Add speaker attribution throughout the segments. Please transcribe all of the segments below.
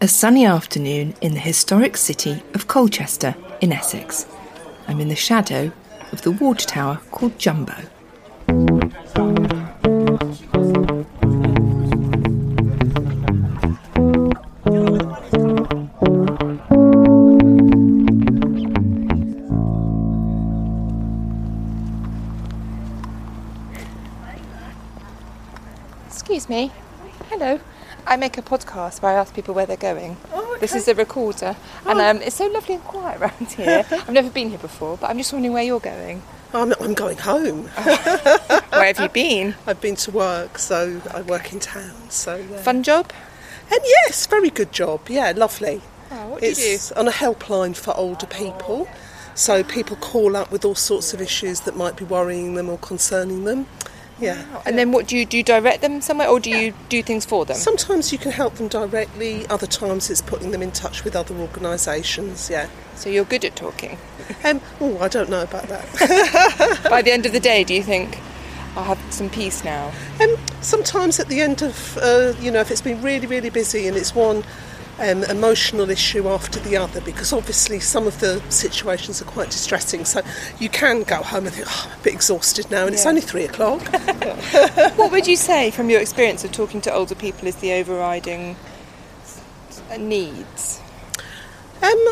Speaker 1: A sunny afternoon in the historic city of Colchester in Essex. I'm in the shadow of the water tower called Jumbo.
Speaker 2: Excuse me. Hello. I make a podcast where I ask people where they're going. This is a recorder, and um, it's so lovely and quiet around here. I've never been here before, but I'm just wondering where you're going.
Speaker 3: I'm, I'm going home.
Speaker 2: Where have you been?
Speaker 3: I've been to work, so I work in town. So yeah.
Speaker 2: Fun job?
Speaker 3: And yes, very good job. Yeah, lovely.
Speaker 2: Oh, what do you
Speaker 3: It's on a helpline for older people. So people call up with all sorts of issues that might be worrying them or concerning them. Yeah.
Speaker 2: And then what do you do? You direct them somewhere, or do you do things for them?
Speaker 3: Sometimes you can help them directly, other times it's putting them in touch with other organisations, yeah.
Speaker 2: So you're good at talking.
Speaker 3: Um, oh, I don't know about that.
Speaker 2: By the end of the day, do you think I'll have some peace now?
Speaker 3: Um, sometimes at the end of, uh, you know, if it's been really, really busy and it's one um, emotional issue after the other, because obviously some of the situations are quite distressing. So you can go home and think, oh, I'm a bit exhausted now, and it's
Speaker 2: Yeah.
Speaker 3: only three o'clock.
Speaker 2: What would you say from your experience of talking to older people is the overriding uh, needs?
Speaker 3: Um,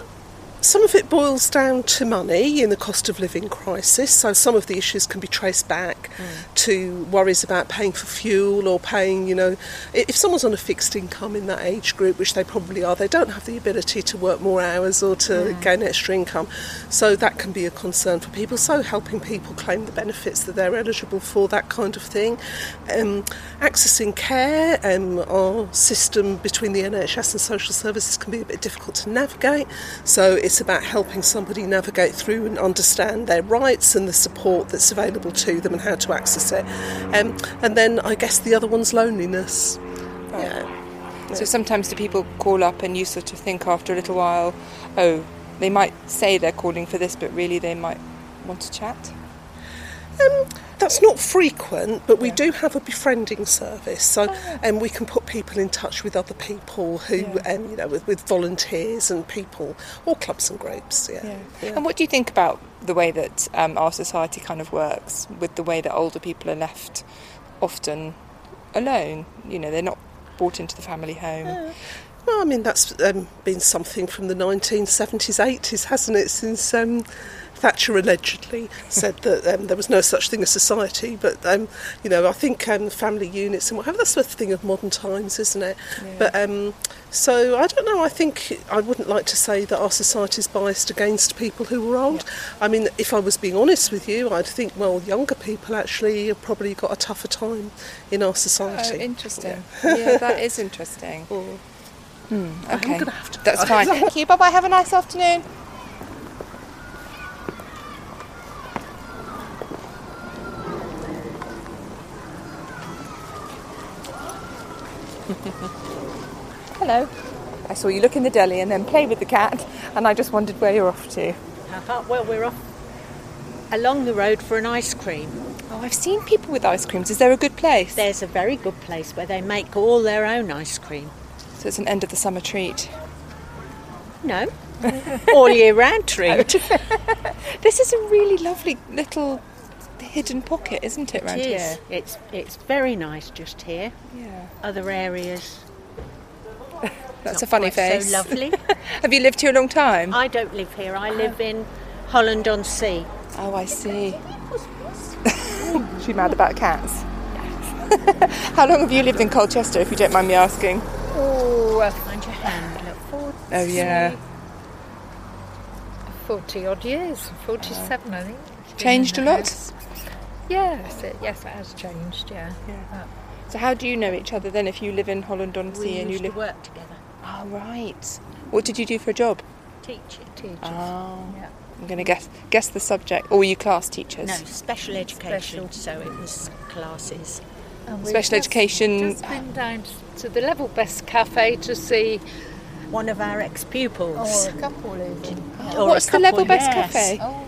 Speaker 3: some of it boils down to money in the cost of living crisis. So some of the issues can be traced back to worries about paying for fuel or paying, you know, i- if someone's on a fixed income in that age group, which they probably are, they don't have the ability to work more hours or to gain extra income. So that can be a concern for people. So helping people claim the benefits that they're eligible for, that kind of thing. Um, accessing care, um, our system between the NHS and social services can be a bit difficult to navigate. So it's about helping somebody navigate through and understand their rights and the support that's available to them and how to access it. Um, and then I guess the other one's loneliness. Yeah.
Speaker 2: So sometimes do people call up and you sort of think after a little while, oh, they might say they're calling for this, but really they might want to chat?
Speaker 3: Um, that's not frequent, but we do have a befriending service, so um, we can put people in touch with other people who, um, you know, with, with volunteers and people or clubs and groups. Yeah. Yeah.
Speaker 2: And what do you think about the way that um, our society kind of works with the way that older people are left often alone? You know, they're not brought into the family home.
Speaker 3: Well, I mean, that's um, been something from the 1970s, 80s, hasn't it? Since um, Thatcher allegedly said that um, there was no such thing as society. But, um, you know, I think um, family units and whatever, that's the thing of modern times, isn't it? But um, so I don't know. I think I wouldn't like to say that our society's biased against people who are old. I mean, if I was being honest with you, I'd think, well, younger people actually have probably got a tougher time in our
Speaker 2: Oh,
Speaker 3: society.
Speaker 2: interesting. Yeah. that is interesting. Hmm, okay,
Speaker 3: gonna have to
Speaker 2: that's
Speaker 3: go.
Speaker 2: fine. Thank you. Bye bye. Have a nice afternoon. Hello. I saw you look in the deli and then play with the cat, and I just wondered where you're off to.
Speaker 4: Uh-huh. Well, we're off along the road for an ice cream.
Speaker 2: Oh, I've seen people with ice creams. Is there a good place?
Speaker 4: There's a very good place where they make all their own ice cream.
Speaker 2: So it's an end of the summer treat.
Speaker 4: No, all year round
Speaker 2: Oh,
Speaker 4: treat.
Speaker 2: This is a really lovely little hidden pocket, isn't it, round
Speaker 4: It is.
Speaker 2: here?
Speaker 4: It's it's very nice just here.
Speaker 2: Yeah.
Speaker 4: Other areas.
Speaker 2: That's
Speaker 4: not
Speaker 2: a funny
Speaker 4: quite
Speaker 2: face.
Speaker 4: So lovely.
Speaker 2: Have you lived here a long time?
Speaker 4: I don't live here. I
Speaker 2: Uh-huh.
Speaker 4: live in Holland on Sea.
Speaker 2: Oh, I see. She's mad about cats. How long have you lived in Colchester, if you don't mind me asking?
Speaker 4: Oh, I find your hand. Look, 40,
Speaker 2: Oh, yeah.
Speaker 5: Forty odd years, forty-seven, I think. it's been
Speaker 2: Changed a
Speaker 5: in the
Speaker 2: lot?
Speaker 5: house. Yes, it, yes, it has changed. Yeah.
Speaker 2: So, how do you know each other then if you live in Holland on Sea
Speaker 4: we
Speaker 2: and you
Speaker 4: used
Speaker 2: live.
Speaker 4: to work together.
Speaker 2: Oh, right. What did you do for a job?
Speaker 4: Teaching.
Speaker 5: Teachers.
Speaker 2: Oh.
Speaker 5: Yeah.
Speaker 2: I'm going to guess guess the subject. Or were you class teachers?
Speaker 4: No, special education. So it was classes.
Speaker 5: And we've
Speaker 2: Special
Speaker 5: just-
Speaker 2: education-
Speaker 5: Just been down to the Level Best Cafe to see.
Speaker 4: One of our ex-pupils.
Speaker 5: Oh, couple even.
Speaker 4: Or a
Speaker 2: Oh, What's the
Speaker 4: couple,
Speaker 2: Level Best
Speaker 4: yes.
Speaker 2: Cafe?
Speaker 5: Oh.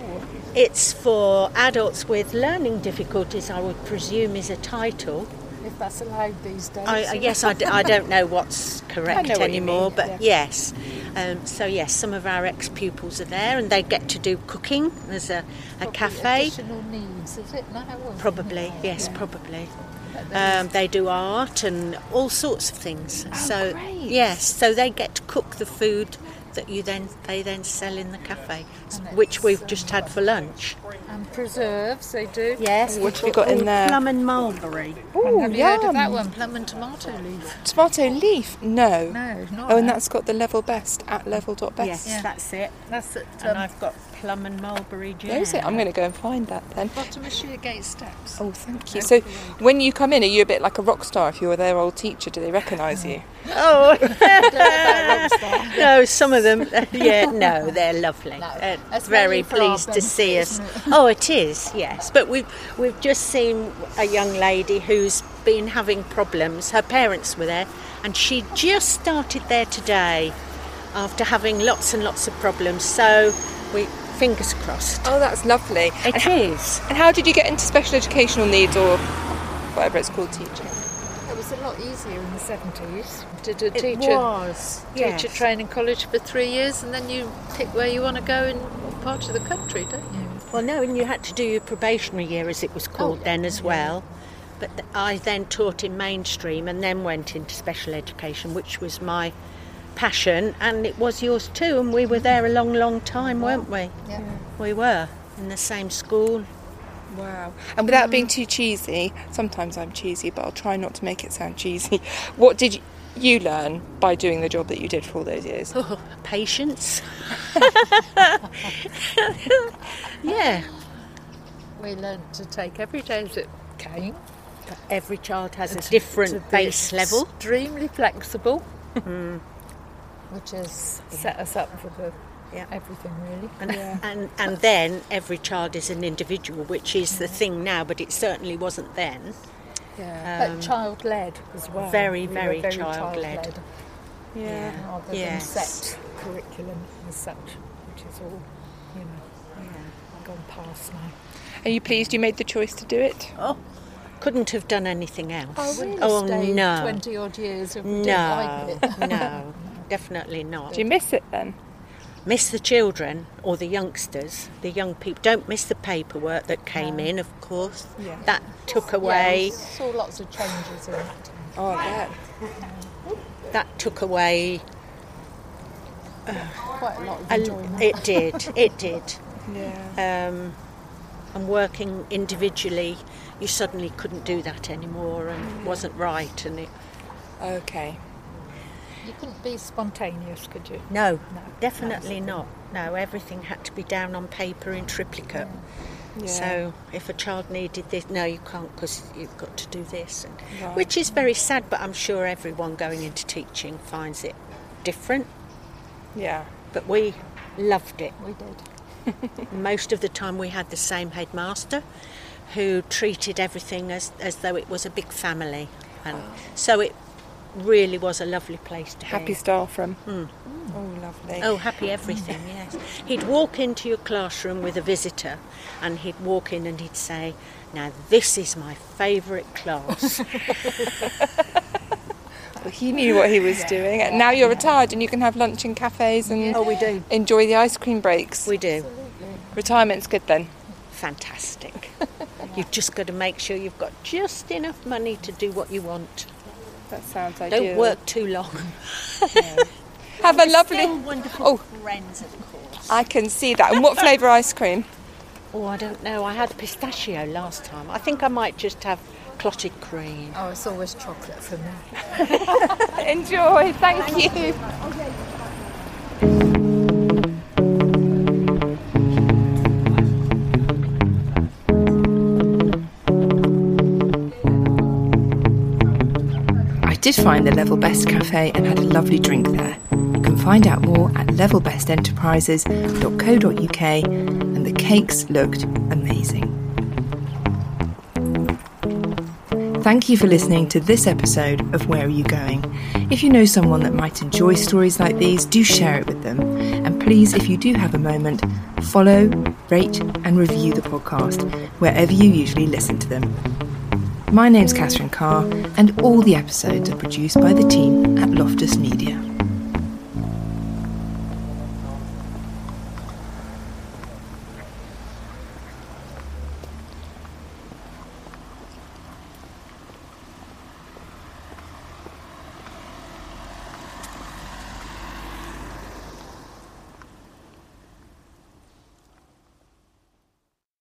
Speaker 4: It's for adults with learning difficulties, I would presume, is a title.
Speaker 5: If that's allowed these
Speaker 2: Oh,
Speaker 5: days.
Speaker 4: I, I, yes, I, d- I don't know what's correct
Speaker 2: know what you
Speaker 4: anymore,
Speaker 2: mean,
Speaker 4: but
Speaker 2: yeah.
Speaker 4: yes. Um, so yes, some of our ex pupils are there, and they get to do cooking. There's a, a
Speaker 5: Probably
Speaker 4: cafe,
Speaker 5: Additional needs, is it now? or-
Speaker 4: probably.
Speaker 5: Yeah.
Speaker 4: Yes, probably. Um, they do art and all sorts of things. so
Speaker 2: Oh, great.
Speaker 4: yes, so they get to cook the food that you then they then sell in the cafe, s- which we've just had for lunch.
Speaker 5: And preserves, they do.
Speaker 4: Yes,
Speaker 2: What have you got in there?
Speaker 4: Plum and mulberry.
Speaker 2: Oh,
Speaker 5: Have you heard of that one? Plum and tomato leaf.
Speaker 2: Tomato leaf? No.
Speaker 5: No, not
Speaker 2: Oh, and
Speaker 5: that.
Speaker 2: that's got the level best at level dot
Speaker 4: Yes,
Speaker 2: best.
Speaker 4: that's it.
Speaker 5: That's at
Speaker 4: And
Speaker 5: um,
Speaker 4: I've got plum and mulberry jam.
Speaker 2: Knows it. I'm going to go and find that then.
Speaker 5: bottom of Sheergate Steps.
Speaker 2: Oh, thank you. So, when you come in, are you a bit like a rock star if you were their old teacher? Do they recognise you?
Speaker 4: Oh, no, some of them, yeah, no, they're lovely. They're
Speaker 5: that's mainly
Speaker 4: very
Speaker 5: for our
Speaker 4: pleased to see
Speaker 5: benefit,
Speaker 4: us. Oh, it is, yes. But we've we've just seen a young lady who's been having problems. Her parents were there, and she just started there today after having lots and lots of problems. So we fingers crossed.
Speaker 2: Oh, that's lovely.
Speaker 4: It is.
Speaker 2: And how did you get into special educational needs or whatever it's called teaching?
Speaker 5: It was a lot easier in the 70s. Did a
Speaker 4: It
Speaker 5: teacher
Speaker 4: was.
Speaker 5: teacher
Speaker 4: yes.
Speaker 5: training college for three years, and then you pick where you want to go in what part of the country, don't you?
Speaker 4: Well, no, and you had to do your probationary year, as it was called then, as well. But th- I then taught in mainstream and then went into special education, which was my passion, and it was yours too. And we were there a long, long time, weren't we?
Speaker 5: Yeah.
Speaker 4: We were in the same school.
Speaker 2: Wow. And without being too cheesy, sometimes I'm cheesy, but I'll try not to make it sound cheesy. What did you, you learn by doing the job that you did for all those years?
Speaker 4: Oh, Patience. yeah.
Speaker 5: We learned to take every day as it came.
Speaker 4: Every child has a
Speaker 5: to
Speaker 4: different
Speaker 5: be
Speaker 4: base level.
Speaker 5: Extremely flexible, Hmm. which has set us up for the
Speaker 4: Yeah.
Speaker 5: everything really.
Speaker 4: And, and and then every child is an individual, which is the thing now, but it certainly wasn't then.
Speaker 2: Yeah.
Speaker 5: but child led as well.
Speaker 4: very,
Speaker 5: were
Speaker 4: very child-led.
Speaker 2: Yeah.
Speaker 5: rather
Speaker 4: Yes.
Speaker 5: than set curriculum as such, which is all you know gone past now.
Speaker 2: Are you pleased you made the choice to do it?
Speaker 4: Oh, couldn't have done anything else.
Speaker 5: Oh,
Speaker 4: Oh
Speaker 5: stayed
Speaker 4: no,
Speaker 5: twenty odd years if we didn't
Speaker 4: no,
Speaker 5: like it.
Speaker 4: no, definitely not.
Speaker 2: Do you miss it then?
Speaker 4: miss the children or the youngsters, the young people? Don't miss the paperwork that came in, of course.
Speaker 2: Yeah.
Speaker 4: That took
Speaker 5: Yeah,
Speaker 4: away.
Speaker 5: we saw lots of changes in that time.
Speaker 2: Oh, yeah.
Speaker 4: That took away.
Speaker 5: Quite a lot of
Speaker 4: a-
Speaker 5: enjoyment.
Speaker 4: it did. It did.
Speaker 2: Yeah.
Speaker 4: Um, and working individually, you suddenly couldn't do that anymore, and it wasn't right. And it
Speaker 2: Okay.
Speaker 5: You couldn't be spontaneous, could you?
Speaker 4: No, definitely not. No, everything had to be down on paper in triplicate.
Speaker 2: Yeah.
Speaker 4: So if a child needed this, no, you can't because you've got to do this, and,
Speaker 2: Right.
Speaker 4: which is very sad. But I'm sure everyone going into teaching finds it different.
Speaker 2: Yeah.
Speaker 4: But we loved it.
Speaker 5: We did.
Speaker 4: Most of the time, we had the same headmaster, who treated everything as as though it was a big family, and so it really was a lovely place to
Speaker 2: Oh. Happy
Speaker 4: be.
Speaker 2: style from. Oh, lovely.
Speaker 4: Oh, happy everything, yes. He'd walk into your classroom with a visitor and he'd walk in and he'd say, Now, this is my favourite class.
Speaker 2: Well, he knew what he was doing. And now you're retired and you can have lunch in cafes and
Speaker 4: Oh, we do.
Speaker 2: enjoy the ice cream breaks.
Speaker 4: we do.
Speaker 2: Retirement's good then.
Speaker 4: Fantastic. You've just got to make sure you've got just enough money to do what you want.
Speaker 2: That sounds
Speaker 4: Don't
Speaker 2: ideal.
Speaker 4: work too long.
Speaker 2: Have a lovely.
Speaker 4: Still wonderful
Speaker 2: Oh.
Speaker 4: friends, of course.
Speaker 2: I can see that. And what flavour ice cream?
Speaker 4: Oh, I don't know. I had pistachio last time. I think I might just have clotted cream.
Speaker 5: Oh, it's always chocolate for me.
Speaker 2: Enjoy. Thank you.
Speaker 1: I did find the Level Best Cafe and had a lovely drink there. You can find out more at levelbestenterprises.co.uk, and the cakes looked amazing. Thank you for listening to this episode of Where Are You Going? If you know someone that might enjoy stories like these, do share it with them. And please, if you do have a moment, follow, rate, and review the podcast wherever you usually listen to them. My name's Catherine Carr, and all the episodes are produced by the team at Loftus Media.